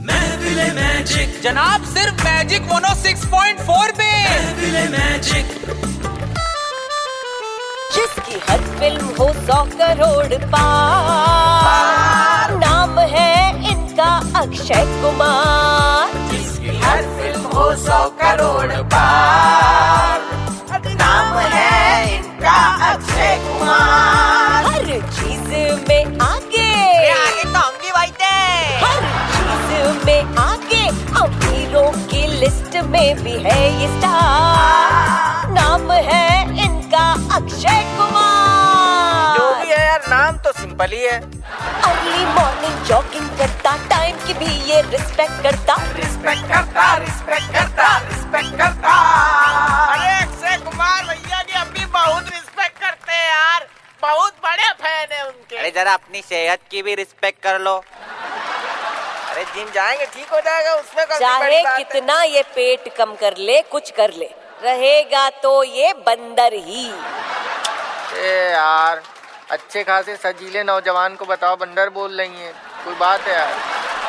महफिल मैजिक जनाब सिर्फ oh मैजिक मोनो 6.4 पे महफिल मैजिक जिसकी हर फिल्म हो सौ करोड़ पार नाम है इनका अक्षय कुमार जिसकी हर फिल्म हो सौ करोड़ पार नाम है इनका अक्षय कुमार हर चीज में आगे आगे तो हम भी भाई थे हर चीज में आगे अब हीरो की लिस्ट में भी है ये स्टार नाम है इनका अक्षय कुमार जो भी है यार नाम तो सिंपल ही है अर्ली मॉर्निंग जॉगिंग करता टाइम की भी ये रिस्पेक्ट करता रिस्पेक्ट करता रिस्पेक्ट करता रिस्पेक्ट करता अरे अक्षय कुमार भैया जी हम भी बहुत रिस्पेक्ट करते हैं यार बहुत बड़े फैन है उनके अरे जरा अपनी सेहत की भी रिस्पेक्ट कर लो अरे जिम जाएंगे ठीक हो जाएगा उसमें कौन सी चाहे बड़ी बात है? कितना ये पेट कम कर ले कुछ कर ले रहेगा तो ये बंदर ही ए यार अच्छे खासे सजीले नौजवान को बताओ बंदर बोल रही हैं कोई बात है यार